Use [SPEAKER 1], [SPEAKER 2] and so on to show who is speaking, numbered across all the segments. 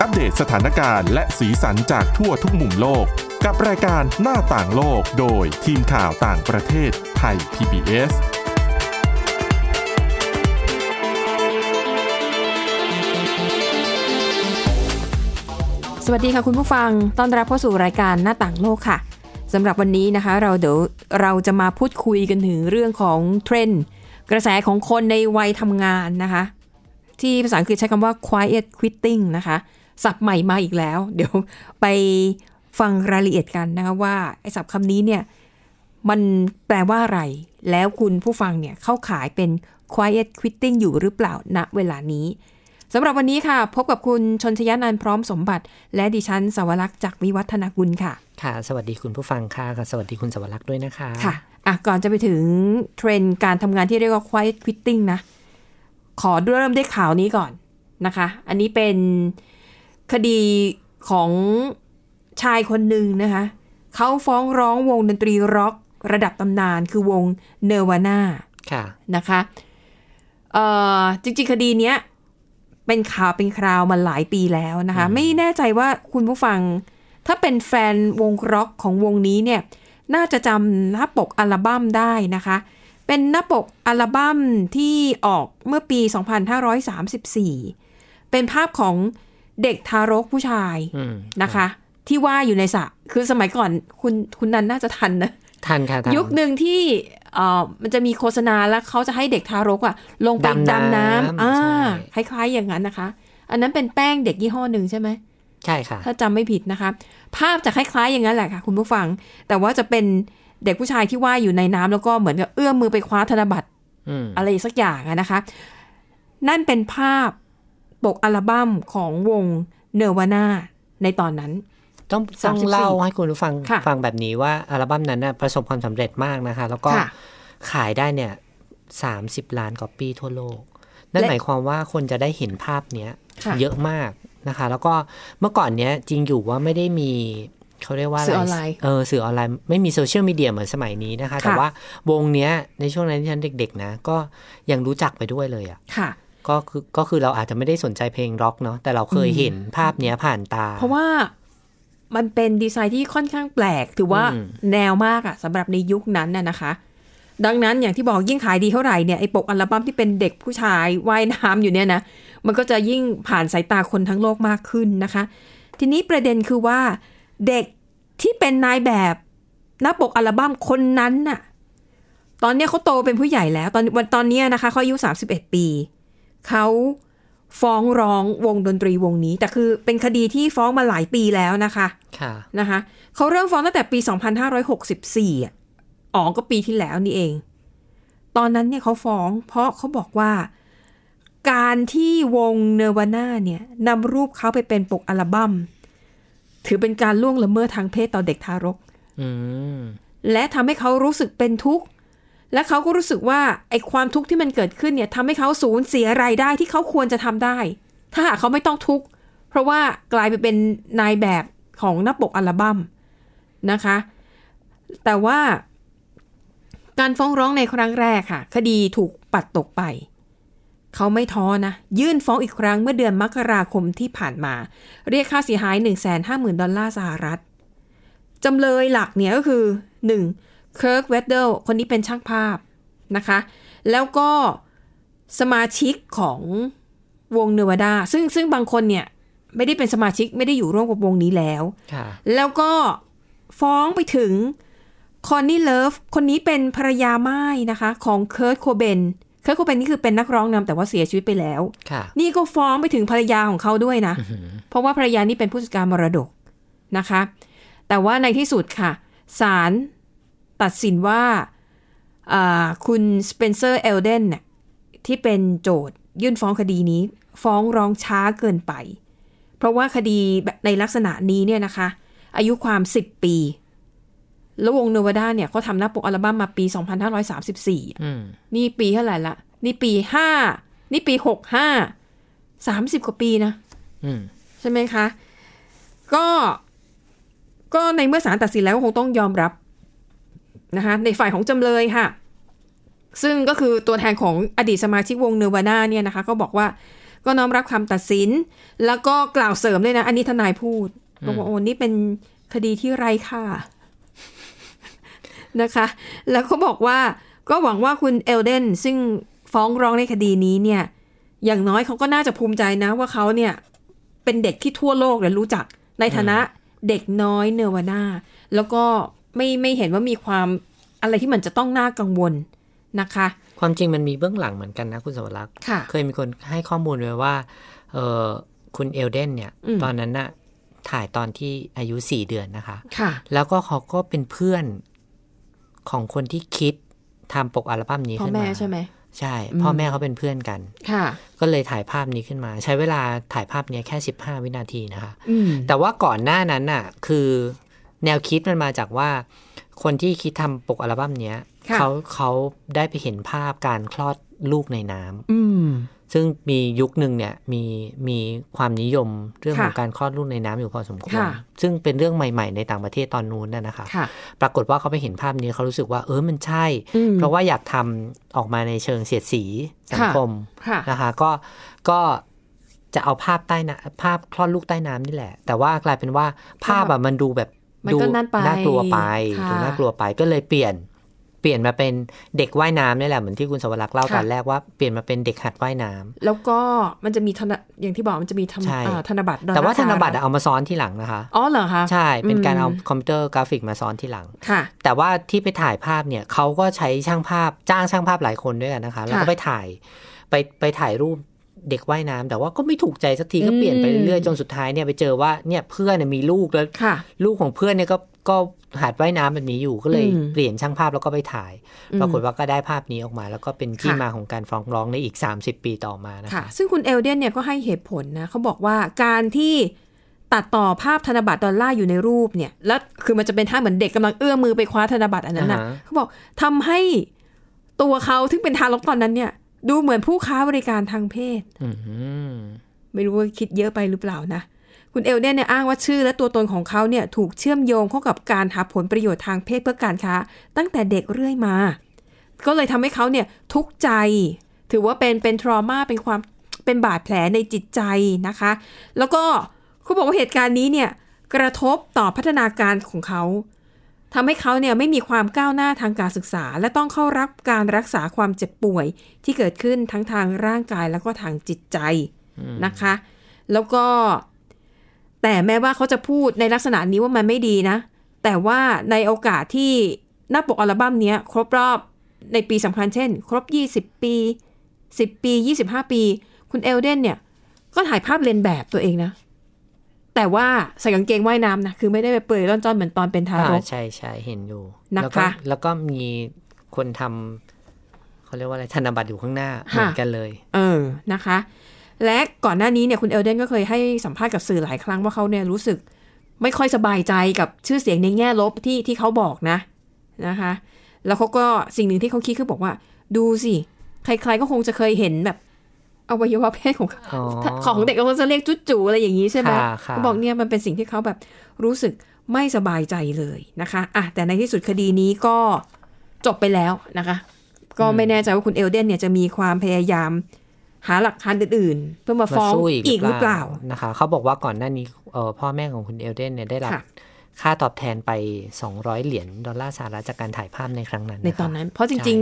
[SPEAKER 1] อัปเดตสถานการณ์และสีสันจากทั่วทุกมุมโลก กับรายการหน้าต่างโลกโดยทีมข่าวต่างประเทศไทย PBS
[SPEAKER 2] สวัสดีค่ะคุณผู้ฟัง ต้อนรับเข้าสู่รายการหน้าต่างโลกค่ะสำหรับวันนี้นะคะ เราเดี๋ยวเราจะมาพูดคุยกันถึงเรื่องของเทรนด์กระแสของคนในวัยทำงานนะคะ ที่ภาษาอังกฤษใช้คำว่า quiet quitting นะคะ ศัพท์ใหม่มาอีกแล้ว เดี๋ยวไปฟังรายละเอียดกันนะคะว่าไอ้ศัพท์คำนี้เนี่ย มันแปลว่าอะไร แล้วคุณผู้ฟังเนี่ยเข้าขายเป็น quiet quitting อยู่หรือเปล่าณเวลานี้ สำหรับวันนี้ค่ะ พบกับคุณชนชยานันท์พร้อมสมบัติ และดิฉันสวรักษ์จากวิวัฒนากุลค่ะ
[SPEAKER 3] ค่ะ สวัสดีคุณผู้ฟังค่ะค่ะ สวัสดีคุณสวรักษ์ด้วยนะคะ
[SPEAKER 2] ค่ะอ่ะ ก่อนจะไปถึงเทรนด์การทำงานที่เรียกว่า quiet quitting นะ ขอเริ่มด้วยข่าวนี้ก่อนนะคะ อันนี้เป็นคดีของชายคนหนึ่งนะคะ เขาฟ้องร้องวงดนตรีร็อกระดับตำนานคือวงเนวาน่า
[SPEAKER 3] ค่ะ
[SPEAKER 2] นะคะเอ่อจริงๆ คดีเนี้ยเป็นข่าวเป็นคราวมาหลายปีแล้วนะคะ ไม่แน่ใจว่าคุณผู้ฟัง ถ้าเป็นแฟนวงร็อกของวงนี้เนี่ย น่าจะจำหน้าปกอัลบั้มได้นะคะ เป็นหน้าปกอัลบั้มที่ออกเมื่อปี 2534 เป็นภาพของเด็กทารกผู้ชาย
[SPEAKER 3] อืม
[SPEAKER 2] นะคะ ที่ว่ายอยู่ในสระคือสมัยก่อนคุณคุณนันน่าจะทันนะ
[SPEAKER 3] ทันค่ะทัน
[SPEAKER 2] ยุคหนึ่งที่เอ่อมันจะมีโฆษณาแล้วเขาจะให้เด็กทารกอะลงไป
[SPEAKER 3] ดำน้ำ
[SPEAKER 2] ดำน้ำอ่า
[SPEAKER 3] ใ
[SPEAKER 2] คล้ายๆอย่างนั้นนะคะ อันนั้นเป็นแป้งเด็กยี่ห้อหนึ่งใช่ไหม
[SPEAKER 3] ใช่ค่ะ
[SPEAKER 2] ถ้าจำไม่ผิดนะคะ ภาพจะคล้าย ๆ อย่างนั้นแหละค่ะ คุณผู้ฟัง แต่ว่าจะเป็นเด็กผู้ชายที่ว่ายอยู่ในน้ำแล้วก็เหมือนกับเอื้อมมือไปคว้าธนบัตร
[SPEAKER 3] อืม
[SPEAKER 2] อะไรสักอย่างอะนะคะ นั่นเป็นภาพปกอัลบั้มของวงเนวาน่าในตอนนั้น
[SPEAKER 3] ต้องต้อง
[SPEAKER 2] 34
[SPEAKER 3] เล่าให้คุณผู้ฟัง
[SPEAKER 2] ค่ะ
[SPEAKER 3] ฟังแบบนี้ว่าอัลบั้มนั้นน่ะประสบความสำเร็จมากนะคะ แล้วก็
[SPEAKER 2] ค่ะ
[SPEAKER 3] ขายได้เนี่ยสาล้านก๊อปปี้ทั่วโลก นั่น
[SPEAKER 2] และ
[SPEAKER 3] หมายความว่าคนจะได้เห็นภาพเนี้ย
[SPEAKER 2] ค่ะ
[SPEAKER 3] เยอะมากนะคะ แล้วก็เมื่อก่อนเนี้ยจริงอยู่ว่าไม่ได้มีเขาเรียกว่าะ
[SPEAKER 2] สื่อออนไลน์
[SPEAKER 3] เออสื่อออนไลน์ไม่มีโซเชียลมีเดียเหมือนสมัยนี้นะคะ แต่
[SPEAKER 2] ค่ะ
[SPEAKER 3] ว่าวงเนี้ยในช่วงนั้นที่ฉันเด็ก ๆ นะ ก็ยังรู้จักไปด้วยเลยอ่ะ
[SPEAKER 2] ค่ะ
[SPEAKER 3] ก็คือก็คือเราอาจจะไม่ได้สนใจเพลงร็อกเนาะแต่เราเคยเห็นภาพเนี้ยผ่านตา
[SPEAKER 2] เพราะว่ามันเป็นดีไซน์ที่ค่อนข้างแปลก ถือว่า
[SPEAKER 3] อืม
[SPEAKER 2] แนวมากอะสำหรับในยุคนั้นน่ะนะคะ ดังนั้นอย่างที่บอกยิ่งขายดีเท่าไหร่เนี่ยไอ้ปกอัลบั้มที่เป็นเด็กผู้ชายว่ายน้ำอยู่เนี่ยนะมันก็จะยิ่งผ่านสายตาคนทั้งโลกมากขึ้นนะคะ ทีนี้ประเด็นคือว่าเด็กที่เป็นนายแบบหน้าปกอัลบั้มคนนั้นน่ะตอนเนี้ยเขาโตเป็นผู้ใหญ่แล้ว ตอนวันตอนเนี้ยนะคะเขาอายุ31 ปี เขาฟ้องร้องวงดนตรีวงนี้ แต่คือเป็นคดีที่ฟ้องมาหลายปีแล้วนะคะ
[SPEAKER 3] ค่ะ
[SPEAKER 2] นะคะเขาเริ่มฟ้องตั้งแต่ปี 2564อ่ะอ๋อก็ปีที่แล้วนี่เอง ตอนนั้นเนี่ยเขาฟ้องเพราะเขาบอกว่า การที่วงเนวาน่าเนี่ยนำรูปเขาไปเป็นปกอัลบัม้มถือเป็นการล่วงละเมิดทางเพศต่อเด็กทารก
[SPEAKER 3] อืม
[SPEAKER 2] และทำให้เขารู้สึกเป็นทุกข์ และเขาก็รู้สึกว่าไอ้ความทุกข์ที่มันเกิดขึ้นเนี่ยทำให้เขาสูญเสียรายได้ที่เขาควรจะทำได้ ถ้าหากเขาไม่ต้องทุกข์ เพราะว่ากลายไปเป็นนายแบบของหน้าปกอัลบั้มนะคะ แต่ว่าการฟ้องร้องในครั้งแรกค่ะ คดีถูกปัดตกไป เขาไม่ท้อนะ ยื่นฟ้องอีกครั้งเมื่อเดือนมกราคมที่ผ่านมา เรียกค่าเสียหาย 150,000 ดอลลาร์สหรัฐ จำเลยหลักเนี่ยก็คือ 1. เคิร์กเวดเดลคนนี้เป็นช่างภาพนะคะ แล้วก็สมาชิกของวงเนวาดาซึ่งซึ่งบางคนเนี่ย ไม่ได้เป็นสมาชิกไม่ได้อยู่ร่วมกับวงนี้แล้ว
[SPEAKER 3] ค่ะ
[SPEAKER 2] แล้วก็ฟ้องไปถึงคอนนี่เลิฟคนนี้เป็นภรรยาไม้นะคะ ของเคิร์ตโคเบนเคิร์ตโคเบนนี่คือเป็นนักร้องนำแต่ว่าเสียชีวิตไปแล้ว
[SPEAKER 3] ค่ะ
[SPEAKER 2] นี่ก็ฟ้องไปถึงภรรยาของเขาด้วยนะ เพราะว่าภรรยานี่เป็นผู้จัดการมรดกนะคะ แต่ว่าในที่สุดค่ะศาลตัดสินว่าอ่าคุณสเปนเซอร์เอลเดนน่ะที่เป็นโจทยื่นฟ้องคดีนี้ ฟ้องร้องช้าเกินไป เพราะว่าคดีแบบในลักษณะนี้เนี่ยนะคะ อายุความ 10 ปี แล้ววงโนวาดาเนี่ยเขาทำหน้าปกอัลบั้มมาปี 2534
[SPEAKER 3] อืม
[SPEAKER 2] นี่ปีเท่าไหร่ละ นี่ปีห้า นี่ปีหกห้า สามสิบกว่าปีนะ
[SPEAKER 3] อืม
[SPEAKER 2] ใช่ไหมคะ ก็ ก็ในเมื่อศาลตัดสินแล้วก็คงต้องยอมรับนะคะ ในฝ่ายของจำเลยค่ะ ซึ่งก็คือตัวแทนของอดีตสมาชิกวงเนวาน่าเนี่ยนะคะ ก็บอกว่า ก ก็น้อมรับคำตัดสิน แล้วก็กล่าวเสริมด้วยนะ อันนี้ทนายพูดบอกว่าโอ้นี่เป็นคดีที่ไร้ค่า นะคะ แล้วก็บอกว่าก็หวังว่าคุณเอลเดนซึ่งฟ้องร้องในคดีนี้เนี่ย อย่างน้อยเขาก็น่าจะภูมิใจนะว่าเขาเนี่ย เป็นเด็กที่ทั่วโลกและรู้จักในฐานะเด็กน้อยเนวาน่าแล้วก็ไม่ไม่เห็นว่ามีความอะไรที่มันจะต้องน่ากังวลนะคะ
[SPEAKER 3] ความจริงมันมีเบื้องหลังเหมือนกันนะคุณสวรักษ์
[SPEAKER 2] ค่ะ
[SPEAKER 3] เคยมีคนให้ข้อมูลไว้ว่าเออคุณเอลเดนเนี่ย
[SPEAKER 2] อืม
[SPEAKER 3] ตอนนั้นน่ะถ่ายตอนที่อายุ 4 เดือนนะคะ
[SPEAKER 2] ค่ะ
[SPEAKER 3] แล้วก็เขาก็เป็นเพื่อนของคนที่คิดทำปกอัลบั้มนี้
[SPEAKER 2] พ่อ
[SPEAKER 3] ขึ้นมา
[SPEAKER 2] แม่ใช่ไหม
[SPEAKER 3] ใช่
[SPEAKER 2] อืม
[SPEAKER 3] พ่อแม่เขาเป็นเพื่อนกัน
[SPEAKER 2] ค่ะ
[SPEAKER 3] ก็เลยถ่ายภาพนี้ขึ้นมา ใช้เวลาถ่ายภาพเนี้ยแค่ 15 วินาทีนะคะ
[SPEAKER 2] อืม
[SPEAKER 3] แต่ว่าก่อนหน้านั้นน่ะ คือแนวคิดมันมาจากว่า คนที่คิดทำปกอัลบั้มเนี้ย
[SPEAKER 2] ค่ะ
[SPEAKER 3] เขาเขาได้ไปเห็นภาพการคลอดลูกในน้ำ
[SPEAKER 2] อืม
[SPEAKER 3] ซึ่งมียุคหนึ่งเนี่ยมีมีความนิยมเรื่อง
[SPEAKER 2] ค่ะ
[SPEAKER 3] ของการคลอดลูกในน้ำอยู่พอสมควร
[SPEAKER 2] ค่ะ
[SPEAKER 3] ซึ่งเป็นเรื่องใหม่ ๆ ในต่างประเทศตอนนู้นน่ะนะคะ
[SPEAKER 2] ค่ะ
[SPEAKER 3] ปรากฏว่าเขาไปเห็นภาพนี้เขารู้สึกว่าเออมันใช่
[SPEAKER 2] อืม
[SPEAKER 3] เพราะว่าอยากทำออกมาในเชิงเสียดสีสัง
[SPEAKER 2] ค่ะ
[SPEAKER 3] คม
[SPEAKER 2] ค่ะ
[SPEAKER 3] นะคะ ก็ก็จะเอาภาพใต้น้ำภาพคลอดลูกใต้น้ำนี่แหละ แต่ว่ากลายเป็นว่าภาพแบบมันดูแบบ
[SPEAKER 2] มัน
[SPEAKER 3] ดู
[SPEAKER 2] ก็นั่นไป
[SPEAKER 3] กลัวไป
[SPEAKER 2] ค่ะ
[SPEAKER 3] ดูน่ากลัวไปก็เลยเปลี่ยนเปลี่ยนมาเป็นเด็กว่ายน้ำนี่แหละเหมือนที่คุณสวรักษ์เล่าตอนแรกว่าเปลี่ยนมาเป็นเด็กหัดว่ายน้ำ
[SPEAKER 2] แล้วก็มันจะมีธนอย่างที่บอกมันจะมีธน
[SPEAKER 3] ใช่
[SPEAKER 2] เอ่อธนบัตรดอลล
[SPEAKER 3] แต่ว่า
[SPEAKER 2] ร์ส
[SPEAKER 3] ธ
[SPEAKER 2] ห
[SPEAKER 3] น
[SPEAKER 2] รัฐ
[SPEAKER 3] บัตรอะเอามาซ้อนที่หลังนะคะ
[SPEAKER 2] อ๋อเหรอคะ
[SPEAKER 3] ใช่เป็นการเอา
[SPEAKER 2] ม
[SPEAKER 3] คอมพิวเตอร์กราฟิกมาซ้อนที่หลัง
[SPEAKER 2] ค่ะ
[SPEAKER 3] แต่ว่าที่ไปถ่ายภาพเนี่ยเขาก็ใช้ช่างภาพจ้างช่างภาพหลายคนด้วยกันนะคะ แล้วก็ไปถ่ายไปไปถ่ายรูปเด็กว่ายน้ำแต่ว่าก็ไม่ถูกใจสักทีก็
[SPEAKER 2] อืม
[SPEAKER 3] เปลี่ยนไปเรื่อยๆจนสุดท้ายเนี่ยไปเจอว่าเนี่ยเพื่อนเนี่ยมีลูกแล้ว
[SPEAKER 2] ค่ะ
[SPEAKER 3] ลูกของเพื่อนเนี่ยก็ก็หัดว่ายน้ำแบบนี้อยู่ก็เลย
[SPEAKER 2] อืม
[SPEAKER 3] เปลี่ยนช่างภาพแล้วก็ไปถ่าย
[SPEAKER 2] อืม
[SPEAKER 3] ปรากฏว่าก็ได้ภาพนี้ออกมา แล้วก็เป็นที่
[SPEAKER 2] ค่ะ
[SPEAKER 3] มาของการฟ้องร้องในอีก 30 ปีต่อมานะคะ
[SPEAKER 2] ค่ะ ซึ่งคุณเอลเดนเนี่ยก็ให้เหตุผลนะเขาบอกว่าการที่ตัดต่อภาพธนบัตรดอลลาร์อยู่ในรูปเนี่ย แล้วคือมันจะเป็นท่าเหมือนเด็กกำลังเอื้อมือไปคว้าธนบัตรอันนั้นนะ
[SPEAKER 3] อ่าฮะ
[SPEAKER 2] เขาบอกทำให้ตัวเขาที่งเป็นทารกตอนนั้นเนี่ย ดูเหมือนผู้ค้าบริการทางเพศ
[SPEAKER 3] อืม
[SPEAKER 2] ไม่รู้ว่าคิดเยอะไปหรือเปล่านะ คุณเอลเดนเนี่ยอ้างว่าชื่อและตัวตนของเขาเนี่ยถูกเชื่อมโยงเข้ากับการหาผลประโยชน์ทางเพศเพื่อการค้า ตั้งแต่เด็กเรื่อยมา ก็เลยทำให้เขาเนี่ยทุกข์ใจ ถือว่าเป็นเป็นทรมาเป็นความเป็นบาดแผลในจิตใจนะคะ แล้วก็เขาบอกว่าเหตุการณ์นี้เนี่ยกระทบต่อพัฒนาการของเขาทำให้เขาเนี่ยไม่มีความก้าวหน้าทางการศึกษา และต้องเข้ารับการรักษาความเจ็บป่วย ที่เกิดขึ้นทั้งทางร่างกายแล้วก็ทางจิตใจ นะคะ แล้วก็แต่แม้ว่าเขาจะพูดในลักษณะนี้ว่ามันไม่ดีนะ แต่ว่าในโอกาสที่หน้าปกอัลบั้มเนี้ยครบรอบในปีสำคัญเช่น ครบ 20 ปี 10 ปี 25 ปี คุณเอลเดนเนี่ย ก็ถ่ายภาพเลนแบบตัวเองนะ แต่ว่าใส่กางเกงว่ายน้ำนะ คือไม่ได้ไปเปลือยร่อนจ้อนเหมือนตอนเป็นทาร
[SPEAKER 3] อ่าก ใช่ใช่เห็นอยู่
[SPEAKER 2] นะคะ
[SPEAKER 3] แล้วก็แล้วก็มีคนทำเขาเรียกว่าอะไรธนบัตรอยู่ข้างหน้า
[SPEAKER 2] ค่ะ
[SPEAKER 3] เหมือนกันเลย
[SPEAKER 2] เออ นะคะ และก่อนหน้านี้เนี่ยคุณเอลเดนก็เคยให้สัมภาษณ์กับสื่อหลายครั้งว่าเขาเนี่ยรู้สึกไม่ค่อยสบายใจกับชื่อเสียงในแง่ลบที่ที่เขาบอกนะนะคะ แล้วเขาก็สิ่งหนึ่งที่เขาคิดคือบอกว่า ดูสิ ใครๆก็คงจะเคยเห็นแบบอวัยวะเพศของเขา
[SPEAKER 3] อ๋อ
[SPEAKER 2] ของเด็กเขาก็จะเรียกจุ๊จูอะไรอย่างนี้ใช่ไหม
[SPEAKER 3] ค่ะค่ะ
[SPEAKER 2] เขาบอกเนี่ยมันเป็นสิ่งที่เขาแบบรู้สึกไม่สบายใจเลยนะคะอ่ะแต่ในที่สุดคดีนี้ก็จบไปแล้วนะคะ ก็ไม่แน่ใจว่าคุณเอลเดนเนี่ยจะมีความพยายาม หาหลักฐานอื่นๆ เพื่อมา
[SPEAKER 3] มา
[SPEAKER 2] ฟ้อง
[SPEAKER 3] สู้
[SPEAKER 2] อี
[SPEAKER 3] อี
[SPEAKER 2] ก
[SPEAKER 3] ก
[SPEAKER 2] ห
[SPEAKER 3] ห
[SPEAKER 2] รื
[SPEAKER 3] รือ อ
[SPEAKER 2] เป
[SPEAKER 3] เป
[SPEAKER 2] ล่า
[SPEAKER 3] ล่านะคะเขาบอกว่าก่อนหน้านี้เอ่อพ่อแม่ของคุณเอลเดนเนี่ยได้รับ
[SPEAKER 2] ค่ะ
[SPEAKER 3] ค่าตอบแทนไป 200 เหรียญดอลลาร์สหรัฐจากการถ่ายภาพในครั้งนั้
[SPEAKER 2] ใน
[SPEAKER 3] นะ
[SPEAKER 2] ตอน
[SPEAKER 3] คะ
[SPEAKER 2] นั้น เพราะจ
[SPEAKER 3] ใช่
[SPEAKER 2] ริง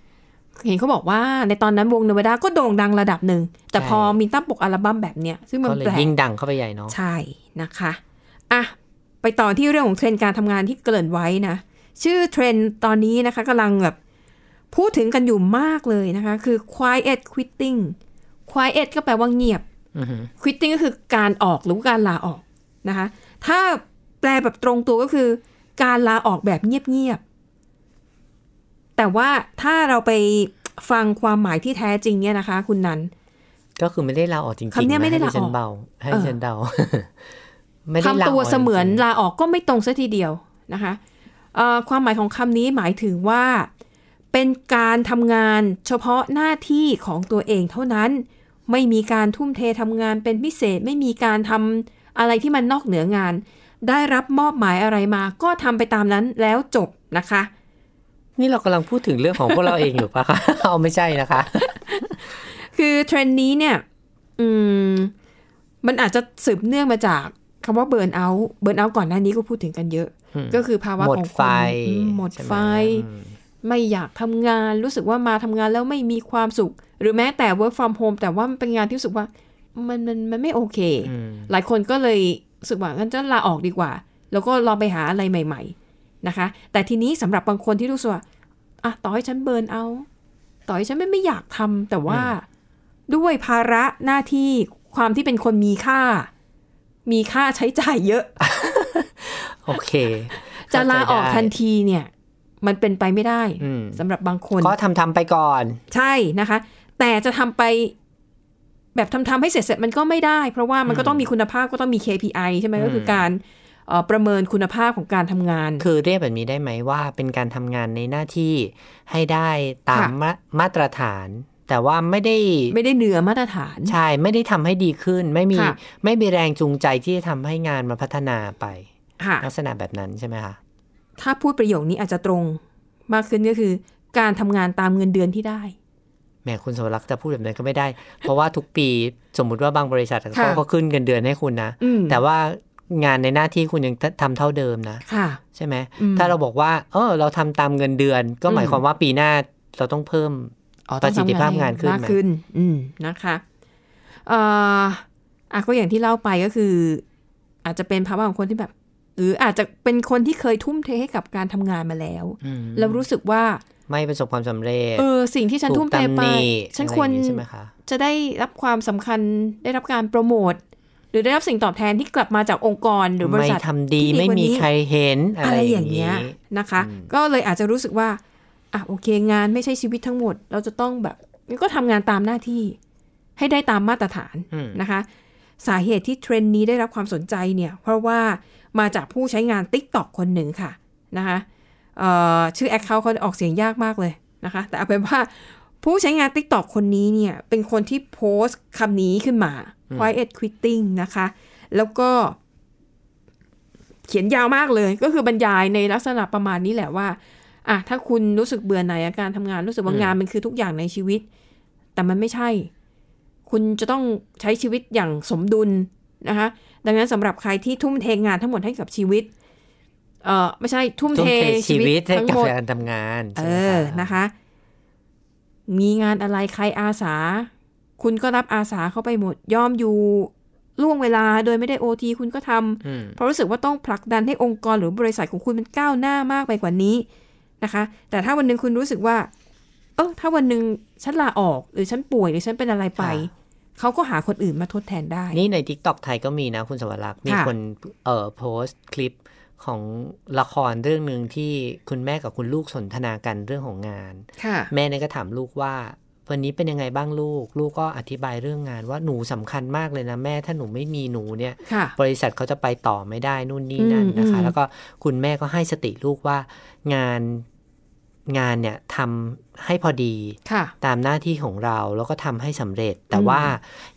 [SPEAKER 2] ๆ เห็นเขาบอกว่าในตอนนั้นวงเนวาดาก็โด่งดังระดับหนึ่ง แต่
[SPEAKER 3] ใช่
[SPEAKER 2] พอมีตั้งปกอัลบั้มแบบเนี้ย ซึ่งมัน
[SPEAKER 3] ก็เลย
[SPEAKER 2] แปลก
[SPEAKER 3] ยิ่งดังเข้าไปใหญ่เนาะ
[SPEAKER 2] ใช่นะคะอ่ะไปต่อที่เรื่องของเทรนด์การทำงานที่เกริ่นไว้นะ ชื่อเทรนด์ตอนนี้นะคะกำลังแบบพูดถึงกันอยู่มากเลยนะคะ คือ quiet quitting quiet ก็แปลว่าเงียบ
[SPEAKER 3] อือหือ
[SPEAKER 2] quitting ก็คือการออกหรือการลาออกนะคะ ถ้าแปลแบบตรงตัวก็คือการลาออกแบบเงียบๆ แต่ว่าถ้าเราไปฟังความหมายที่แท้จริงเนี่ยนะคะ คุณนัน
[SPEAKER 3] ก็คือไม่ได้ลาออกจริงๆ
[SPEAKER 2] คำเนี้ย
[SPEAKER 3] นะ
[SPEAKER 2] ไม่ได้ลาออก
[SPEAKER 3] ให้ฉันเบาให้
[SPEAKER 2] เออ
[SPEAKER 3] ฉันเดา ไม่ได้ลาออก
[SPEAKER 2] ทำตัวเสมือน
[SPEAKER 3] จริง
[SPEAKER 2] ลาออกก็ไม่ตรงซะทีเดียวนะคะเอ่อความหมายของคำนี้หมายถึงว่า เป็นการทำงานเฉพาะหน้าที่ของตัวเองเท่านั้น ไม่มีการทุ่มเททำงานเป็นพิเศษ ไม่มีการทำอะไรที่มันนอกเหนืองาน ได้รับมอบหมายอะไรมา ก็ทำไปตามนั้นแล้วจบนะคะ
[SPEAKER 3] ๆนี่เรากำลังพูดถึง เรื่องของพวกเราเองอยู่ปะคะ เอาไม่ใช่นะคะ
[SPEAKER 2] คือเทรนด์นี้เนี่ย อืม มันอาจจะสืบเนื่องมาจากคำว่าเบิร์นเอาท์เบิร์นเอาท์ก่อนหน้านี้ก็พูดถึงกันเยอะ
[SPEAKER 3] อืม
[SPEAKER 2] ก็คือภาวะ
[SPEAKER 3] หมด
[SPEAKER 2] ของคน
[SPEAKER 3] ไฟ
[SPEAKER 2] อืมหมด
[SPEAKER 3] ใช่ไ
[SPEAKER 2] ไฟ
[SPEAKER 3] อืม
[SPEAKER 2] ไม่อยากทำงานรู้สึกว่ามาทำงานแล้วไม่มีความสุข หรือแม้แต่ work from home แต่ว่ามันเป็นงานที่รู้สึกว่ามันมันมันไม่โอเค
[SPEAKER 3] อืม
[SPEAKER 2] หลายคนก็เลยรู้สึกว่างั้นจะลาออกดีกว่า แล้วก็ลองไปหาอะไรใหม่ ๆนะคะ แต่ทีนี้สำหรับบางคนที่รู้สึกว่าอ่ะต่อให้ฉันเบิร์นเอาท์ต่อให้ฉันไม่ไม่อยากทำแต่ว่าด้วยภาระหน้าที่ความที่เป็นคนมีค่า มีค่าใช้จ่ายเยอะ
[SPEAKER 3] โอเค
[SPEAKER 2] จะลาออก
[SPEAKER 3] เข้ใจได้
[SPEAKER 2] ทันทีเนี่ย มันเป็นไปไม่ได้
[SPEAKER 3] อืม
[SPEAKER 2] สำหรับบางคน
[SPEAKER 3] ก็ทำทำๆไปก่อน
[SPEAKER 2] ใช่นะคะ แต่จะทำไปแบบทำๆให้เสร็จเสร็จมันก็ไม่ได้ เพราะว่ามันก็ต้องมีคุณภาพก็ต้องมี KPI ใช่ไหมก็คือการเอ่อประเมินคุณภาพของการทำงาน
[SPEAKER 3] คือเรียกแบบนี้ได้ไหมว่าเป็นการทำงานในหน้าที่ให้ได้ตาม
[SPEAKER 2] ค่ะ
[SPEAKER 3] มามาตรฐาน แต่ว่าไม่ได้
[SPEAKER 2] ไม่ได้เหนือมาตรฐาน
[SPEAKER 3] ใช่ไม่ได้ทำให้ดีขึ้น ไม่มี
[SPEAKER 2] ค่ะ
[SPEAKER 3] ไม่มีแรงจูงใจที่จะทำให้งานมาพัฒนาไป
[SPEAKER 2] ค่ะ
[SPEAKER 3] ลักษณะแบบนั้นใช่ไหมคะ
[SPEAKER 2] ถ้าพูดประโยคนี้อาจจะตรงมากขึ้นก็คือ การทำงานตามเงินเดือนที่ได้
[SPEAKER 3] แหมคุณสวรักษ์จะพูดแบบนั้นก็ไม่ได้ เพราะว่าทุกปีสมมุติว่าบางบริษัท
[SPEAKER 2] ค่ะ
[SPEAKER 3] เขาก็ขึ้นเงินเดือนให้คุณนะ
[SPEAKER 2] อืม
[SPEAKER 3] แต่ว่างานในหน้าที่คุณยังทำเท่าเดิมนะ
[SPEAKER 2] ค่ะ
[SPEAKER 3] ใช่ไหม
[SPEAKER 2] อืม
[SPEAKER 3] ถ้าเราบอกว่า เออ เราทำตามเงินเดือน ก็หมา
[SPEAKER 2] อื
[SPEAKER 3] ย
[SPEAKER 2] ม
[SPEAKER 3] ความว่าปีหน้าเราต้องเพิ่ม
[SPEAKER 2] ต้อง
[SPEAKER 3] ประสิทธิภาพงานขึ้น
[SPEAKER 2] มาก
[SPEAKER 3] ไหม
[SPEAKER 2] ขึ้น อืมนะคะเอ่ออ่ะก็อย่างที่เล่าไปก็คือ อาจจะเป็นภาวะของคนที่แบบ หรืออาจจะเป็นคนที่เคยทุ่มเทให้กับการทำงานมาแล้ว
[SPEAKER 3] อืม
[SPEAKER 2] แล้วรู้สึกว่า
[SPEAKER 3] ไม่ประสบความสำเร็จ
[SPEAKER 2] เออ สิ่งที่ฉัน
[SPEAKER 3] ถูก
[SPEAKER 2] ทุ่มเท
[SPEAKER 3] ำ
[SPEAKER 2] ไป
[SPEAKER 3] ห
[SPEAKER 2] ฉัน
[SPEAKER 3] อะ
[SPEAKER 2] ค
[SPEAKER 3] ไอ
[SPEAKER 2] วร
[SPEAKER 3] ย่างงี้ใช่ไหมคะ
[SPEAKER 2] จะได้รับความสำคัญได้รับการโปรโมท หรือได้รับสิ่งตอบแทนที่กลับมาจากองค์กรหรือบริ
[SPEAKER 3] ไม่
[SPEAKER 2] ษัท
[SPEAKER 3] ทำดี
[SPEAKER 2] ที่ดี
[SPEAKER 3] ไม่มี
[SPEAKER 2] กว่านี้
[SPEAKER 3] ใครเห็นอะ
[SPEAKER 2] อะไร ไรอย่ย่า
[SPEAKER 3] อา
[SPEAKER 2] ง ง
[SPEAKER 3] นี้
[SPEAKER 2] เงี้ยนะคะ
[SPEAKER 3] อืม
[SPEAKER 2] ก็เลยอาจจะรู้สึกว่าอ่ะโอเค งานไม่ใช่ชีวิตทั้งหมด เราจะต้องแบบงั้นก็ทำงานตามหน้าที่ ให้ได้ตามมาตรฐาน
[SPEAKER 3] อืม
[SPEAKER 2] นะคะ สาเหตุที่เทรนด์นี้ได้รับความสนใจเนี่ย เพราะว่ามาจากผู้ใช้งาน t ิ k t o k คนหนึ่งค่ะนะคะเอ่อชื่อแอคเคาท์เขาออกเสียงยากมากเลยนะคะ แต่เอาเป็นว่าผู้ใช้งาน t ิ k t o k คนนี้เนี่ย เป็นคนที่โพสต์คำนี้ขึ้นมา quiet quitting นะคะ แล้วก็ เขียนยาวมากเลย ก็คือบรรยายในลักษณะประมาณนี้แหละว่าอ่ะถ้าคุณรู้สึกเบื่อหน่ายอาการทำงานรู้สึกว่างานมันคือทุกอย่างในชีวิต แต่มันไม่ใช่ คุณจะต้องใช้ชีวิตอย่างสมดุลนะคะ ดังนั้นสำหรับใครที่ทุ่มเทงานทั้งหมดให้กับชีวิต เออไม่ใช่ทุ่ม
[SPEAKER 3] ทุ่ม
[SPEAKER 2] เท
[SPEAKER 3] เทชีวิตให้
[SPEAKER 2] ทั้ง
[SPEAKER 3] กับ
[SPEAKER 2] หมด
[SPEAKER 3] การทำงาน
[SPEAKER 2] เอ
[SPEAKER 3] ใช่ไหม
[SPEAKER 2] อ
[SPEAKER 3] คะ
[SPEAKER 2] นะคะ มีงานอะไรใครอาสา คุณก็รับอาสาเข้าไปหมด ยอมอยู่ล่วงเวลาโดยไม่ได้โอทีคุณก็ทำ
[SPEAKER 3] อืม
[SPEAKER 2] เพราะรู้สึกว่าต้องผลักดันให้องค์กรหรือบริษัทของคุณมันก้าวหน้ามากไปกว่านี้นะคะ แต่ถ้าวันหนึ่งคุณรู้สึกว่า เออถ้าวันหนึ่งฉันลาออก หรือฉันป่วยหรือฉันเป็นอะไรไป เขาก็หาคนอื่นมาทดแทนได้
[SPEAKER 3] นี่ใน t ิ k t o k ไทยก็มีนะคุณสวรักษ์มี
[SPEAKER 2] ค่ะ
[SPEAKER 3] คนเอ่อโพสต์คลิปของละครเรื่องหนึ่งที่คุณแม่กับคุณลูกสนทนากันเรื่องของงาน
[SPEAKER 2] ค่ะ
[SPEAKER 3] แม่เนี่ยก็ถามลูกว่า วันนี้เป็นยังไงบ้างลูก ลูกก็อธิบายเรื่องงานว่าหนูสำคัญมากเลยนะแม่ถ้าหนูไม่มีหนูเนี่ย
[SPEAKER 2] ค่ะ
[SPEAKER 3] บริษัทเขาจะไปต่อไม่ได้นู่นนี่นั่นนะคะ
[SPEAKER 2] อืมอืม
[SPEAKER 3] แล้วก็คุณแม่ก็ให้สติลูกว่างานงานเนี่ยทำให้พอดี
[SPEAKER 2] ค่ะ
[SPEAKER 3] ตามหน้าที่ของเราแล้วก็ทำให้สำเร็จ แต่
[SPEAKER 2] อืม
[SPEAKER 3] ว่า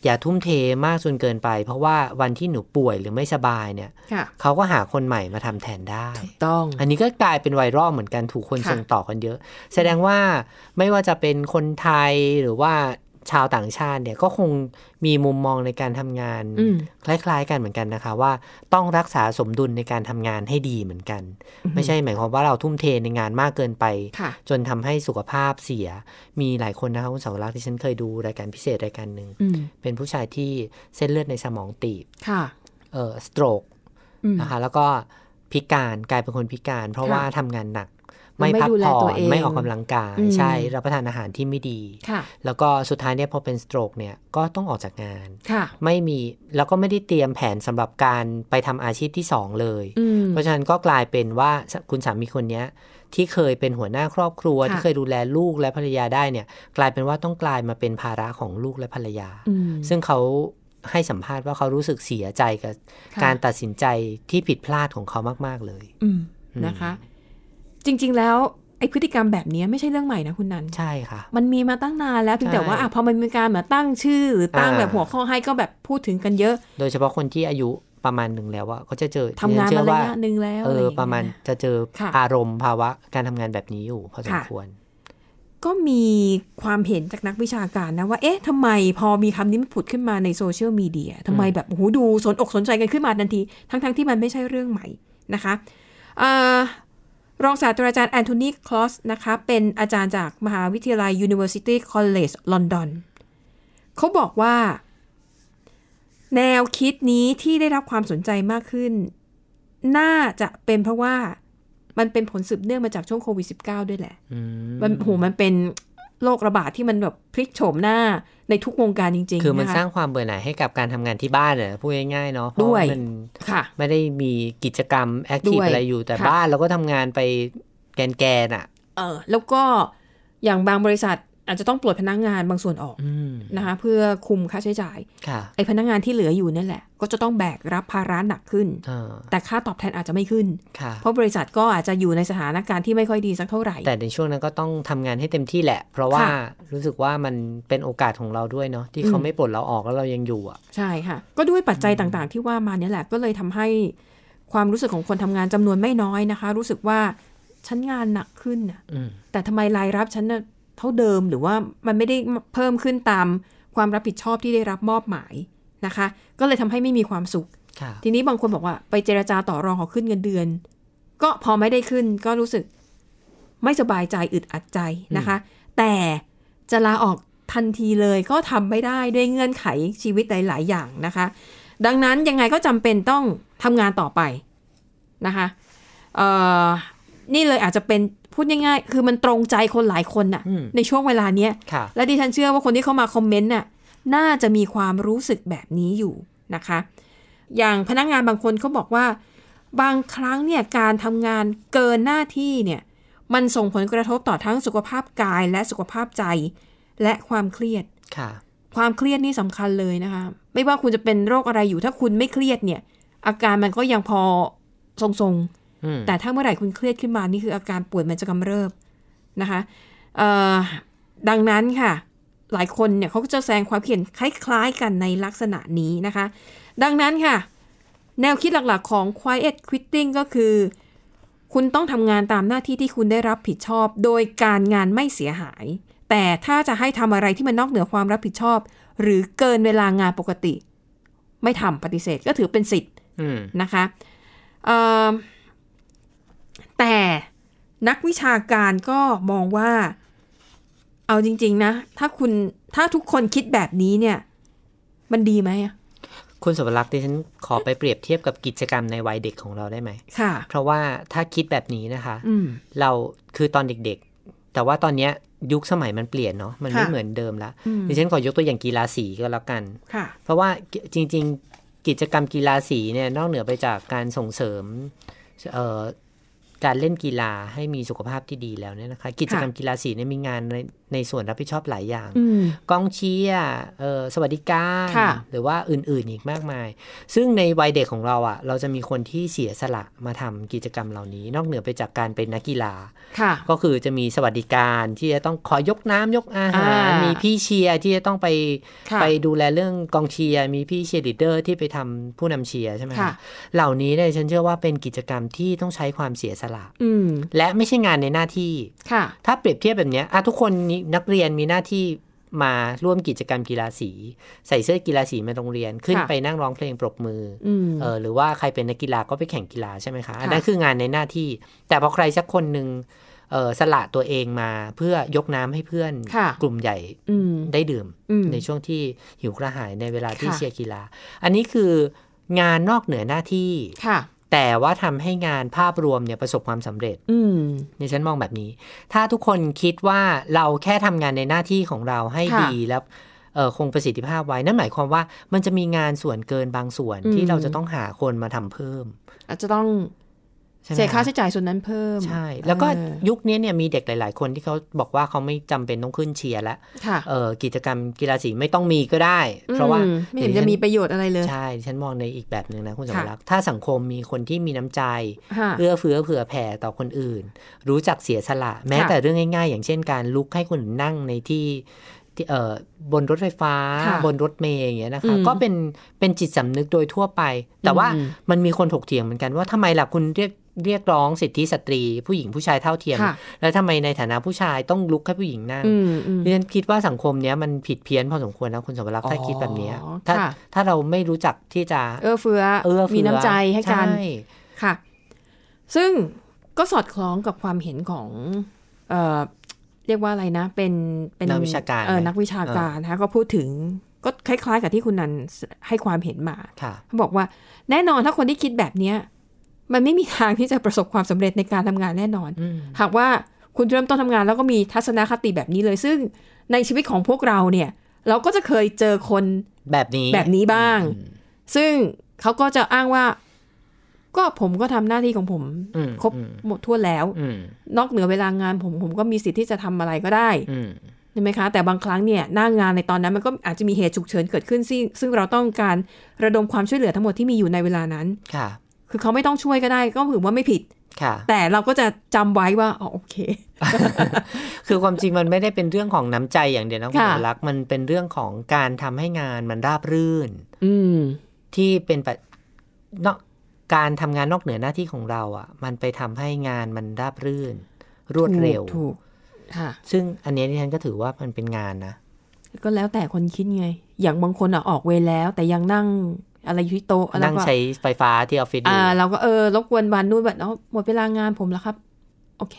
[SPEAKER 3] อย่าทุ่มเทมากจนเกินไป เพราะว่าวันที่หนูป่วยหรือไม่สบายเนี่ย
[SPEAKER 2] ค่ะ
[SPEAKER 3] เขาก็หาคนใหม่มาทำแทนได้
[SPEAKER 2] ต้อง
[SPEAKER 3] อันนี้ก็กลายเป็นไวรัลเหมือนกันถูกคน
[SPEAKER 2] ค่ะ
[SPEAKER 3] ส่งต่อกันเยอะ แสดงว่าไม่ว่าจะเป็นคนไทยหรือว่าชาวต่างชาติเนี่ยก็คงมีมุมมองในการทำงาน
[SPEAKER 2] อืม
[SPEAKER 3] คล้าย ๆ กันเหมือนกันนะคะ ว่าต้องรักษาสมดุลในการทำงานให้ดีเหมือนกัน
[SPEAKER 2] อือหือ
[SPEAKER 3] ไม่ใช่หมายความว่าเราทุ่มเทในงานมากเกินไป
[SPEAKER 2] ค่ะ
[SPEAKER 3] จนทำให้สุขภาพเสีย มีหลายคนนะคะคุณสาวรักษ์ที่ฉันเคยดูรายการพิเศษรายการหนึ่ง
[SPEAKER 2] อืม
[SPEAKER 3] เป็นผู้ชายที่เส้นเลือดในสมองตีบ
[SPEAKER 2] ค่ะ
[SPEAKER 3] เอ่อสโตรก
[SPEAKER 2] อืม
[SPEAKER 3] นะคะแล้วก็พิการกลายเป็นคนพิการ เพราะ
[SPEAKER 2] ค่ะ
[SPEAKER 3] ว่าทำงานหนัก
[SPEAKER 2] มัน
[SPEAKER 3] ไม่
[SPEAKER 2] ไม่
[SPEAKER 3] พัก
[SPEAKER 2] ดูแล
[SPEAKER 3] ผ่อ
[SPEAKER 2] ตัวน เอง
[SPEAKER 3] ไม่ออกกำลังกาย
[SPEAKER 2] อืม
[SPEAKER 3] ใช่รับประทานอาหารที่ไม่ดี
[SPEAKER 2] ค่ะ
[SPEAKER 3] แล้วก็สุดท้ายเนี่ยพอเป็นสโตรกเนี่ยก็ต้องออกจากงาน
[SPEAKER 2] ค่ะ
[SPEAKER 3] ไม่มีแล้วก็ไม่ได้เตรียมแผนสำหรับการไปทำอาชีพที่สองเลย
[SPEAKER 2] อืม
[SPEAKER 3] เพราะฉะนั้นก็กลายเป็นว่าคุณสามีคนเนี้ยที่เคยเป็นหัวหน้าครอบครัว
[SPEAKER 2] ค่ะ
[SPEAKER 3] ที่เคยดูแลลูกและภรรยาได้เนี่ยกลายเป็นว่าต้องกลายมาเป็นภาระของลูกและภรรยา
[SPEAKER 2] อืม
[SPEAKER 3] ซึ่งเขาให้สัมภาษณ์ว่าเขารู้สึกเสียใจกับ
[SPEAKER 2] ค่ะ
[SPEAKER 3] การตัดสินใจที่ผิดพลาดของเขามาก ๆ เลย
[SPEAKER 2] อืมนะคะ จริง ๆ แล้วไอ้พฤติกรรมแบบเนี้ยไม่ใช่เรื่องใหม่นะคุณนัน
[SPEAKER 3] ใช่ค่ะ
[SPEAKER 2] มันมีมาตั้งนานแล้วเพียงแต่
[SPEAKER 3] ใช่
[SPEAKER 2] ว่าอ่ะพอมันมีการมาตั้งชื่อ หรือตั้ง
[SPEAKER 3] อ่า
[SPEAKER 2] แบบหัวข้อให้ก็แบบพูดถึงกันเยอะ
[SPEAKER 3] โดยเฉพาะคนที่อายุประมาณหนึ่งแล้วอะเขาจะเจอ
[SPEAKER 2] ทำงาน
[SPEAKER 3] เชื่
[SPEAKER 2] มา
[SPEAKER 3] อ
[SPEAKER 2] ระ
[SPEAKER 3] ว่าย
[SPEAKER 2] ะหนึ่งแล้ว
[SPEAKER 3] เอ
[SPEAKER 2] ไรอ
[SPEAKER 3] อ
[SPEAKER 2] ย่างเงี้ย
[SPEAKER 3] ประมาณจะเจอ
[SPEAKER 2] ค่ะ
[SPEAKER 3] อารมณ์ภาวะการทำงานแบบนี้อยู่พอสม
[SPEAKER 2] ค่ะ
[SPEAKER 3] ควร
[SPEAKER 2] ก็มีความเห็นจากนักวิชาการนะว่า เอ๊ะทำไมพอมีคำนี้มันผุดขึ้นมาในโซเชียลมีเดียทำไมแบบโอ้โหดูสนอกสนใจกันขึ้นมาทันที ทั้งๆที่มันไม่ใช่เรื่องใหม่นะคะเอ่อรองศาสตราจารย์แอนโทนีคลอสนะคะ เป็นอาจารย์จากมหาวิทยาลัย University College London เขาบอกว่า แนวคิดนี้ที่ได้รับความสนใจมากขึ้น น่าจะเป็นเพราะว่ามันเป็นผลสืบเนื่องมาจากช่วงโควิด -19 ด้วยแหละ
[SPEAKER 3] อืม
[SPEAKER 2] มันโหมันเป็นโรคระบาดที่มันแบบพลิกโฉมหน้าในทุกวงการจริงๆ
[SPEAKER 3] คือมันะ
[SPEAKER 2] ะ
[SPEAKER 3] สร้างความเบื่อหน่ายให้กับการทำงานที่บ้านเนอะพูดง่ายๆเนาะเพราะ
[SPEAKER 2] ด้วย
[SPEAKER 3] มัน
[SPEAKER 2] ค่ะ
[SPEAKER 3] ไม่ได้มีกิจกรรมแอคที
[SPEAKER 2] ด้
[SPEAKER 3] ฟ
[SPEAKER 2] วย
[SPEAKER 3] อะไรอยู่แต่
[SPEAKER 2] ค่ะ
[SPEAKER 3] บ้านเราก็ทำงานไปแกนแกนๆอ่ะ
[SPEAKER 2] เออแล้วก็อย่างบางบริษัทอาจจะต้องปลดพนักงานบางส่วนออก
[SPEAKER 3] อืม
[SPEAKER 2] นะคะเพื่อคุมค่าใช้จ่าย
[SPEAKER 3] ค่ะ
[SPEAKER 2] ไอ้พนักงานที่เหลืออยู่นั่นแหละ ก็จะต้องแบกรับภาระหนักขึ้น
[SPEAKER 3] อ่า
[SPEAKER 2] แต่ค่าตอบแทนอาจจะไม่ขึ้น
[SPEAKER 3] ค่ะ
[SPEAKER 2] เพราะบริษัทก็อาจจะอยู่ในสถานการณ์ที่ไม่ค่อยดีสักเท่าไหร่
[SPEAKER 3] แต่ในช่วงนั้นก็ต้องทำงานให้เต็มที่แหละ เพราะว่า
[SPEAKER 2] ค่ะ
[SPEAKER 3] รู้สึกว่ามันเป็นโอกาสของเราด้วยเนาะที่เขา
[SPEAKER 2] อืม
[SPEAKER 3] ไม่ปลดเราออกแล้วเรายังอยู่อ่ะ
[SPEAKER 2] ใช่ค่ะ ก็ด้วยปัจจัยต่างๆ ที่ว่ามาเนี่ยแหละ ก็เลยทำให้ความรู้สึกของคนทำงานจำนวนไม่น้อยนะคะ รู้สึกว่าฉันงานหนักขึ้นน่ะ
[SPEAKER 3] อืม
[SPEAKER 2] แต่ทำไมรายรับฉันน่ะเท่าเดิมหรือว่ามันไม่ได้เพิ่มขึ้นตามความรับผิดชอบที่ได้รับมอบหมายนะคะ ก็เลยทำให้ไม่มีความสุข
[SPEAKER 3] ค่ะ
[SPEAKER 2] ทีนี้บางคนบอกว่าไปเจรจาต่อรองขอขึ้นเงินเดือน ก็พอไม่ได้ขึ้นก็รู้สึกไม่สบายใจอึดอัดใจนะคะ แต่จะลาออกทันทีเลยก็ทำไม่ได้ด้วยเงื่อนไขชีวิตหลาย ๆ อย่างนะคะ ดังนั้นยังไงก็จำเป็นต้องทำงานต่อไปนะคะเอ่อนี่เลยอาจจะเป็นพูดง่ายๆ คือมันตรงใจคนหลายคนน่ะ
[SPEAKER 3] อืม
[SPEAKER 2] ในช่วงเวลาเนี้ย
[SPEAKER 3] ค่ะ
[SPEAKER 2] และดิฉันเชื่อว่าคนที่เข้ามาคอมเมนต์น่ะน่าจะมีความรู้สึกแบบนี้อยู่นะคะ อย่างพนักงานบางคนเขาบอกว่า บางครั้งเนี่ยการทำงานเกินหน้าที่เนี่ยมันส่งผลกระทบต่อทั้งสุขภาพกายและสุขภาพใจ และความเครียด
[SPEAKER 3] ค่ะ
[SPEAKER 2] ความเครียดนี่สำคัญเลยนะคะ ไม่ว่าคุณจะเป็นโรคอะไรอยู่ถ้าคุณไม่เครียดเนี่ย อาการมันก็ยังพอทรงๆ
[SPEAKER 3] อืม
[SPEAKER 2] แต่ถ้าเมื่อไหร่คุณเครียดขึ้นมา นี่คืออาการป่วยมันจะกำเริบนะคะเอ่อดังนั้นค่ะ หลายคนเนี่ยเขาก็จะแสดงความเขียนคล้ายๆกันในลักษณะนี้นะคะ ดังนั้นค่ะ แนวคิดหลักๆของ quiet quitting ก็คือ คุณต้องทำงานตามหน้าที่ที่คุณได้รับผิดชอบ โดยการงานไม่เสียหาย แต่ถ้าจะให้ทำอะไรที่มันนอกเหนือความรับผิดชอบ หรือเกินเวลางานปกติ ไม่ทำปฏิเสธก็ถือเป็นสิทธิ
[SPEAKER 3] อืม
[SPEAKER 2] นะคะเอ่อแต่นักวิชาการก็มองว่า เอาจริง ๆ นะ ถ้าคุณถ้าทุกคนคิดแบบนี้เนี่ย มันดีไหมอะ
[SPEAKER 3] คุณสวรักษ์ดิฉันขอไปเปรียบเทียบกับกิจกรรมในวัยเด็กของเราได้ไหม
[SPEAKER 2] ค่ะ
[SPEAKER 3] เพราะว่าถ้าคิดแบบนี้นะคะ
[SPEAKER 2] อืม
[SPEAKER 3] เราคือตอนเด็กๆ แต่ว่าตอนเนี้ยยุคสมัยมันเปลี่ยนเนาะมันไม่
[SPEAKER 2] ค่ะ
[SPEAKER 3] เหมือนเดิมละ
[SPEAKER 2] อืม
[SPEAKER 3] ดิฉันขอยกตัวอย่างกีฬาสีก็แล้วกัน
[SPEAKER 2] ค่ะ
[SPEAKER 3] เพราะว่าจริงๆกิจกรรมกีฬาสีเนี่ยนอกเหนือไปจากการส่งเสริมเอ่อการเล่นกีฬาให้มีสุขภาพที่ดีแล้วเนี่ยนะคะกิจกรรมกีฬาสีเนี่ยมีงานในในส่วนรับผิดชอบหลายอย่าง
[SPEAKER 2] อืม
[SPEAKER 3] กองเชียร์เอ่อสวัสดิการ
[SPEAKER 2] ค่ะ
[SPEAKER 3] หรือว่าอื่นๆอีกมากมาย ซึ่งในวัยเด็กของเราอะ่ะเราจะมีคนที่เสียสละมาทำกิจกรรมเหล่านี้ นอกเหนือไปจากการเป็นนักกีฬา
[SPEAKER 2] ค่ะ
[SPEAKER 3] ก็คือจะมีสวัสดิการที่จะต้องคอยยกน้ำยกอาหาร
[SPEAKER 2] อ่ามี
[SPEAKER 3] มีพี่เชียร์ที่จะต้องไป
[SPEAKER 2] ค่ะ
[SPEAKER 3] ไปดูแลเรื่องกองเชียร์มีพี่เชียร์ลีดเดอร์ที่ไปทำผู้นำเชียร์ใช่ไหม
[SPEAKER 2] ค่ะ
[SPEAKER 3] เหล่านี้เนี่ยฉันเชื่อว่าเป็นกิจกรรมที่ต้องใช้ความเสียสละ
[SPEAKER 2] อืม
[SPEAKER 3] และไม่ใช่งานในหน้าที่
[SPEAKER 2] ค่ะ
[SPEAKER 3] ถ้าเปรียบเทียบแบบเนี้ยอ่ะทุกคนนี่นักเรียนมีหน้าที่มาร่วมกิจกรรมกีฬาสี ใส่เสื้อกีฬาสีมาโรงเรียนขึ้น
[SPEAKER 2] ค่ะ
[SPEAKER 3] ไปนั่งร้องเพลงปรบมืออ
[SPEAKER 2] อืม
[SPEAKER 3] เออหรือว่าใครเป็นนักกีฬาก็ไปแข่งกีฬาใช่ไหมคะอันนั้น
[SPEAKER 2] ค่ะ
[SPEAKER 3] คืองานในหน้าที่ แต่พอใครสักคนหนึ่งเออสละตัวเองมาเพื่อยกน้ำให้เพื่อน
[SPEAKER 2] ค่ะ
[SPEAKER 3] กลุ่มใหญ่
[SPEAKER 2] อืม
[SPEAKER 3] ได้ดื่ม
[SPEAKER 2] อืม
[SPEAKER 3] ในช่วงที่หิวกระหายในเวลาที่
[SPEAKER 2] ค่ะ
[SPEAKER 3] เชียร์กีฬา อันนี้คืองานนอกเหนือหน้าที่
[SPEAKER 2] ค่ะ
[SPEAKER 3] แต่ว่าทำให้งานภาพรวมเนี่ยประสบความสำเร็จ
[SPEAKER 2] อืม
[SPEAKER 3] ในฉันมองแบบนี้ ถ้าทุกคนคิดว่าเราแค่ทำงานในหน้าที่ของเราให้
[SPEAKER 2] ค่ะ
[SPEAKER 3] ดีแล้วเอ่อคงประสิทธิภาพไว้ นั่นหมายความว่ามันจะมีงานส่วนเกินบางส่วน
[SPEAKER 2] อืม
[SPEAKER 3] ที่เราจะต้องหาคนมาทำเพิ่ม
[SPEAKER 2] อาจจะต้อง
[SPEAKER 3] ใช่ไหม
[SPEAKER 2] เสียค่า
[SPEAKER 3] คะ
[SPEAKER 2] ใช้จ่ายส่วนนั้นเพิ่ม
[SPEAKER 3] ใช่ แล้วก็
[SPEAKER 2] เออ
[SPEAKER 3] ยุคนี้เนี่ยมีเด็กหลาย ๆ คนที่เขาบอกว่าเขาไม่จำเป็นต้องขึ้นเชียร์แล้ว
[SPEAKER 2] ค่ะ
[SPEAKER 3] เอ่อกิจกรรมกีฬาสีไม่ต้องมีก็ได้ เพราะว่า
[SPEAKER 2] อืมไม่เห็นจะมีประโยชน์อะไรเลย
[SPEAKER 3] ใช่ดิฉันมองในอีกแบบหนึ่งนะ คุณสม
[SPEAKER 2] ค่ะ
[SPEAKER 3] รักษ์ถ้าสังคมมีคนที่มีน้ำใจ
[SPEAKER 2] ค่ะ
[SPEAKER 3] เอื้อเฟื้อเผื่อแผ่ต่อคนอื่น รู้จักเสียสละ แม้
[SPEAKER 2] ค่ะ
[SPEAKER 3] แต่เรื่องง่ายๆ อย่างเช่นการลุกให้คนอื่นนั่งในที่ที่เอ่อบนรถไฟฟ้า
[SPEAKER 2] ค่ะ
[SPEAKER 3] บนรถเมย์อย่างเงี้ยนะ
[SPEAKER 2] อื
[SPEAKER 3] คะ
[SPEAKER 2] ม
[SPEAKER 3] ก็เป็นเป็นจิตสำนึกโดยทั่วไป แต่ว่า
[SPEAKER 2] อืม
[SPEAKER 3] มันมีคนถกเถียงเหมือนกันว่าทำไมล่ะคุณเรียก เรียกร้องสิทธิสตรี ผู้หญิงผู้ชายเท่าเทียม
[SPEAKER 2] ค่ะ
[SPEAKER 3] แล้วทำไมในฐานะผู้ชายต้องลุกให้ผู้หญิงนั่ง
[SPEAKER 2] อืมอืม
[SPEAKER 3] ดิฉันคิดว่าสังคมเนี้ยมันผิดเพี้ยนพอสมควรนะคุณสมรักษ์ถ้าคิดแบบเนี้ย
[SPEAKER 2] อ๋อ
[SPEAKER 3] ถ้า
[SPEAKER 2] ค่ะ
[SPEAKER 3] ถ้าเราไม่รู้จักที่จะ
[SPEAKER 2] เอื้อเฟื้อ
[SPEAKER 3] เอื้อเฟื้อ
[SPEAKER 2] มีน้ำใจให้กัน
[SPEAKER 3] ช่
[SPEAKER 2] ค่ะ ซึ่งก็สอดคล้องกับความเห็นของเอ่อเรียกว่าอะไรนะ เป็นเป็น
[SPEAKER 3] นักวิชาการ
[SPEAKER 2] เออ
[SPEAKER 3] ไหม
[SPEAKER 2] นักวิชาการนะคะก็พูดถึงก็คล้ายๆ กับที่คุณนันให้ความเห็นมา
[SPEAKER 3] ค่ะ
[SPEAKER 2] เขาบอกว่าแน่นอนถ้าคนที่คิดแบบเนี้ยมันไม่มีทางที่จะประสบความสำเร็จในการทำงานแน่นอน
[SPEAKER 3] อืม
[SPEAKER 2] หากว่าคุณเริ่มต้นทำงานแล้วก็มีทัศนคติแบบนี้เลย ซึ่งในชีวิตของพวกเราเนี่ย เราก็จะเคยเจอคน
[SPEAKER 3] แบบนี้
[SPEAKER 2] แบบนี้บ้าง ซึ่งเขาก็จะอ้างว่า ก็ผมก็ทำหน้าที่ของผม
[SPEAKER 3] อืม
[SPEAKER 2] ครบ
[SPEAKER 3] อืม
[SPEAKER 2] หมดทั่วแล้ว
[SPEAKER 3] อืม
[SPEAKER 2] นอกเหนือเวลางานผมผมก็มีสิทธิ์ที่จะทำอะไรก็ได้
[SPEAKER 3] อืม
[SPEAKER 2] ใช่ไหมคะ แต่บางครั้งเนี่ยหน้างานในตอนนั้นมันก็อาจจะมีเหตุฉุกเฉินเกิดขึ้นซึ่งซึ่งเราต้องการระดมความช่วยเหลือทั้งหมดที่มีอยู่ในเวลานั้น
[SPEAKER 3] ค่ะ
[SPEAKER 2] คือเขาไม่ต้องช่วยก็ได้ ก็ถือว่าไม่ผิด
[SPEAKER 3] ค่ะ
[SPEAKER 2] แต่เราก็จะจำไว้ว่าอ๋อโอเค
[SPEAKER 3] คือความจริงมันไม่ได้เป็นเรื่องของน้ำใจอย่างเดียวนะคุณ
[SPEAKER 2] ค่ะ
[SPEAKER 3] สมรักษ์มันเป็นเรื่องของการทำให้งานมันราบรื่น
[SPEAKER 2] อืม
[SPEAKER 3] ที่เป็นปัจนอกการทำงานนอกเหนือหน้าที่ของเราอะ่ะ มันไปทำให้งานมันราบรื่น รวดเร็ว
[SPEAKER 2] ถูกถูกค่ะ
[SPEAKER 3] ซึ่งอันเนี้ยดิฉันก็ถือว่ามันเป็นงานนะ
[SPEAKER 2] ก็แล้วแต่คนคิดไง อย่างบางคนอ่ะออกเวรแล้ว แต่ยังนั่งอะไรอยู่ที่โต๊ะแล้วก็
[SPEAKER 3] นั่งใช้ไฟฟ้าที่ออฟฟิศอยู่
[SPEAKER 2] อ่าเราก็เออรบกวนวันนู่นวันเอาหมดเวลางานผมแล้วครับ โอ เค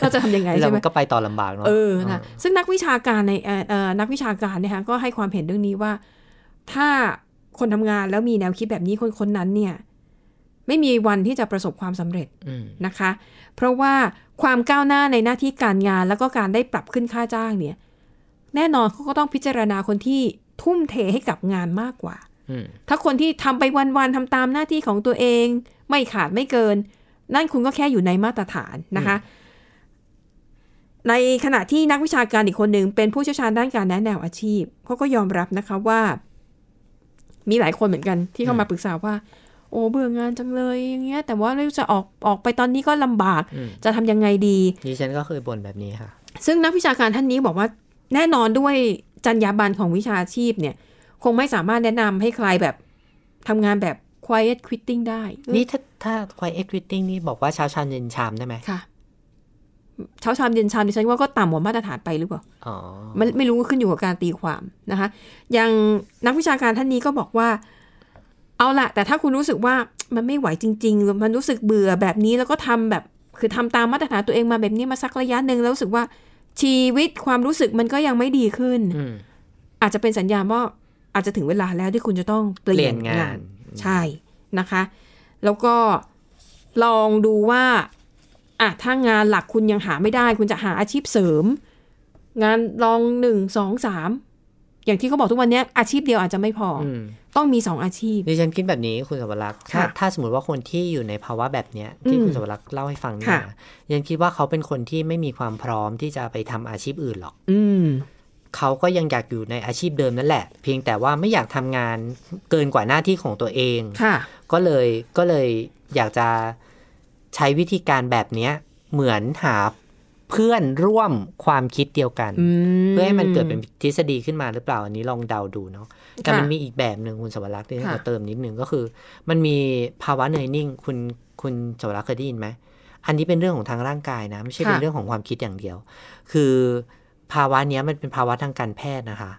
[SPEAKER 2] เราจะทำยังไง
[SPEAKER 3] แล้ว
[SPEAKER 2] ใช่ไหม
[SPEAKER 3] มันก็ไปต่อลำบากเนาะ
[SPEAKER 2] เออนะซึ่งนักวิชาการในเอ่อเอ่อนักวิชาการเนี่ยค่ะก็ให้ความเห็นเรื่องนี้ว่า ถ้าคนทำงานแล้วมีแนวคิดแบบนี้คนคนนั้นเนี่ย ไม่มีวันที่จะประสบความสำเร็จ
[SPEAKER 3] อืม
[SPEAKER 2] นะคะ เพราะว่าความก้าวหน้าในหน้าที่การงานแล้วก็การได้ปรับขึ้นค่าจ้างเนี่ย แน่นอนเขาก็ต้องพิจารณาคนที่ทุ่มเทให้กับงานมากกว่า
[SPEAKER 3] อืม
[SPEAKER 2] ถ้าคนที่ทำไปวันๆทำตามหน้าที่ของตัวเองไม่ขาดไม่เกิน นั่นคุณก็แค่อยู่ในมาตรฐานนะคะ ในขณะที่นักวิชาการอีกคนหนึ่งเป็นผู้เชี่ยวชาญด้านการแนะแนวอาชีพเขาก็ยอมรับนะคะว่า มีหลายคนเหมือนกันที่เข้ามาปรึกษาว่า โอ้เบื่องานจังเลยอย่างเงี้ย แต่ว่าไม่รู้จะออกออกไปตอนนี้ก็ลำบาก
[SPEAKER 3] อืม
[SPEAKER 2] จะทำยังไงดี
[SPEAKER 3] ดิฉันก็เคยบ่นแบบนี้ค่ะ
[SPEAKER 2] ซึ่งนักวิชาการท่านนี้บอกว่าแน่นอนด้วยจรรยาบรรณของวิชาชีพเนี่ย คงไม่สามารถแนะนำให้ใครแบบทำงานแบบ quiet quitting ได้เออ
[SPEAKER 3] นี่ถ้าถ้าควายเอ็กวิตติ้งนี่บอกว่าเช้าชามเย็นชามได้ไหม
[SPEAKER 2] ค่ะ เช้าชามเย็นชามดิฉันว่าก็ต่ำกว่ามาตรฐานไปหรือเปล่า
[SPEAKER 3] อ๋อ
[SPEAKER 2] มันไม่รู้ขึ้นอยู่กับการตีความนะคะอย่างนักวิชาการท่านนี้ก็บอกว่า เอาละแต่ถ้าคุณรู้สึกว่ามันไม่ไหวจริงๆ มันรู้สึกเบื่อแบบนี้แล้วก็ทำแบบ คือทำตามมาตรฐานตัวเองมาแบบนี้มาสักระยะหนึ่งแล้วรู้สึกว่าชีวิตความรู้สึกมันก็ยังไม่ดีขึ้น
[SPEAKER 3] อืม
[SPEAKER 2] อาจจะเป็นสัญญาณว่าอาจจะถึงเวลาแล้วที่คุณจะต้องเป
[SPEAKER 3] เป
[SPEAKER 2] ลี่
[SPEAKER 3] ลี่
[SPEAKER 2] ย
[SPEAKER 3] ย
[SPEAKER 2] น
[SPEAKER 3] นงาง
[SPEAKER 2] าน
[SPEAKER 3] น
[SPEAKER 2] ใช่นะคะ แล้วก็ลองดูว่าอ่ะถ้างานหลักคุณยังหาไม่ได้ คุณจะหาอาชีพเสริม งานลองหนึ่งสองสามอย่างที่เขาบอกทุกวันเนี้ยอาชีพเดียวอาจจะไม่พออ
[SPEAKER 3] อืม
[SPEAKER 2] ต้องมีสองอาชีพ
[SPEAKER 3] ดิฉันคิดแบบนี้คุณสวรักษ์ถ้า
[SPEAKER 2] ค่ะ
[SPEAKER 3] ถ้าสมมติว่าคนที่อยู่ในภาวะแบบเนี้ยที่
[SPEAKER 2] อืม
[SPEAKER 3] คุณสวรักษ์เล่าให้ฟังเนี่ย
[SPEAKER 2] ค่ะ
[SPEAKER 3] นะดิฉันคิดว่าเขาเป็นคนที่ไม่มีความพร้อมที่จะไปทำอาชีพอื่นหรอก
[SPEAKER 2] อืม
[SPEAKER 3] เขาก็ยังอยากอยู่ในอาชีพเดิมนั่นแหละ เพียงแต่ว่าไม่อยากทำงานเกินกว่าหน้าที่ของตัวเอง
[SPEAKER 2] ค่ะ
[SPEAKER 3] ก็เลยก็เลยอยากจะใช้วิธีการแบบเนี้ยเหมือนหาเพื่อนร่วมความคิดเดียวกัน
[SPEAKER 2] อืม
[SPEAKER 3] เพื่อให้มันเกิดเป็นทฤษฎีขึ้นมาหรือเปล่าอันนี้ลองเดาดูเนาะแต่
[SPEAKER 2] ค่ะ
[SPEAKER 3] มันมีอีกแบบหนึ่งคุณสวรักษ์ที่
[SPEAKER 2] ค่ะ
[SPEAKER 3] ขอเติมนิดนึงก็คือ มันมีภาวะเหนื่อยนิ่ง คุณคุณสวรักษ์เคยได้ยินไหมอันนี้เป็นเรื่องของทางร่างกายนะ ไม่ใช่เป็นเรื่องของความคิดอย่างเดียว คือภาวะเนี้ยมันเป็นภาวะทางการแพทย์นะคะ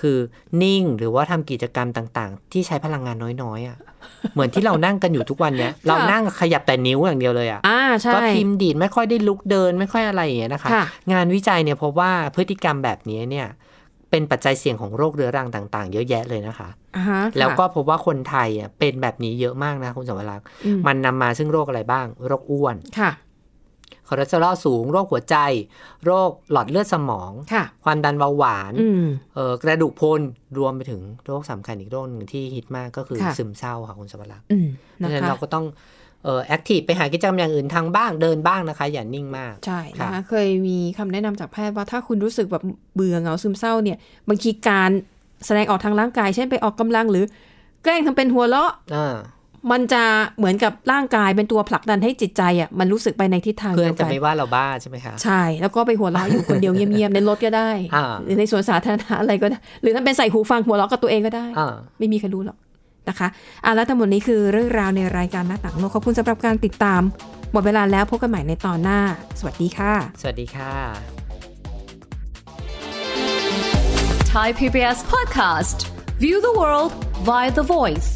[SPEAKER 3] คือนิ่งหรือว่าทำกิจกรรมต่างๆ ที่ใช้พลังงานน้อยๆอ่ะ เหมือนที่เรานั่งกันอยู่ทุกวันเนี้ยเรานั่งขยับแต่นิ้วอย่างเดียวเลยอ่ะ
[SPEAKER 2] อ่าใช่
[SPEAKER 3] ก็พิมพ์ดีดไม่ค่อยได้ลุกเดินไม่ค่อยอะไรอย่างเงี้ยนะคะ
[SPEAKER 2] ค่ะ
[SPEAKER 3] งานวิจัยเนี่ยพบว่าพฤติกรรมแบบนี้เนี่ยเป็นปัจจัยเสี่ยงของโรคเรื้อรังต่าง ๆ เยอะแยะเลยนะคะ
[SPEAKER 2] อ่าฮะค่ะ
[SPEAKER 3] แล้วก็พบว่าคนไทยอ่ะเป็นแบบนี้เยอะมากนะคุณสมรักษ์
[SPEAKER 2] อืม
[SPEAKER 3] มันนำมาซึ่งโรคอะไรบ้าง โรคอ้วน
[SPEAKER 2] ค่ะ
[SPEAKER 3] คอเลสเตอรอลสูง โรคหัวใจ โรคหลอดเลือดสมอง
[SPEAKER 2] ค่ะ
[SPEAKER 3] ความดันเบาหวาน
[SPEAKER 2] อืม
[SPEAKER 3] เอ่อกระดูกพรุนรวมไปถึงโรคสำคัญอีกโรคหนึ่งที่ฮิตมากก็คือ
[SPEAKER 2] ค่ะ
[SPEAKER 3] ซึมเศร้าค่ะคุณสมรักษ์
[SPEAKER 2] อืม
[SPEAKER 3] เพ
[SPEAKER 2] นะ
[SPEAKER 3] ราะฉะนั้น
[SPEAKER 2] คะ
[SPEAKER 3] เราก็ต้องเอ่อแอคทีฟไปหากิจกรรมอย่างอื่นทางบ้างเดินบ้างนะคะ อย่านิ่งมาก
[SPEAKER 2] ใช่นะ
[SPEAKER 3] ค่ะ
[SPEAKER 2] คะเคยมีคำแนะนำจากแพทย์ว่าถ้าคุณรู้สึกแบบเบื่อเหงาซึมเศร้าเนี่ย บางทีการแสดงออกทางร่างกาย เช่นไปออกกำลังหรือ แกล้งทำเป็นหัวเราะ
[SPEAKER 3] อ่า
[SPEAKER 2] มันจะเหมือนกับร่างกายเป็นตัวผลักดันให้จิตใจอ่ะมันรู้สึกไปในทิศทาง
[SPEAKER 3] เพื่อน
[SPEAKER 2] เดียว
[SPEAKER 3] จะ
[SPEAKER 2] กัน
[SPEAKER 3] ไม่ว่าเราบ้าใช่ไหมคะ
[SPEAKER 2] ใช่ แล้วก็ไปหัวเราะอยู่คนเดียวเงียบๆในรถก็ได้
[SPEAKER 3] อ่า
[SPEAKER 2] หรือในสวนสาธารณะอะไรก็ได้ หรือถ้าเป็นใส่หูฟังหัวเราะกับตัวเองก็ได้
[SPEAKER 3] อ่า
[SPEAKER 2] ไม่มีใครรู้หรอก นะคะอ่ะแล้วทั้งหมดนี้คือเรื่องราวในรายการหน้าต่างโลกขอบคุณสำหรับการติดตามหมดเวลาแล้วพบกันใหม่ในตอนหน้า สวัสดีค่ะ
[SPEAKER 3] สวัสดีค่ะ
[SPEAKER 4] Thai PBS podcast. View the world via the voice.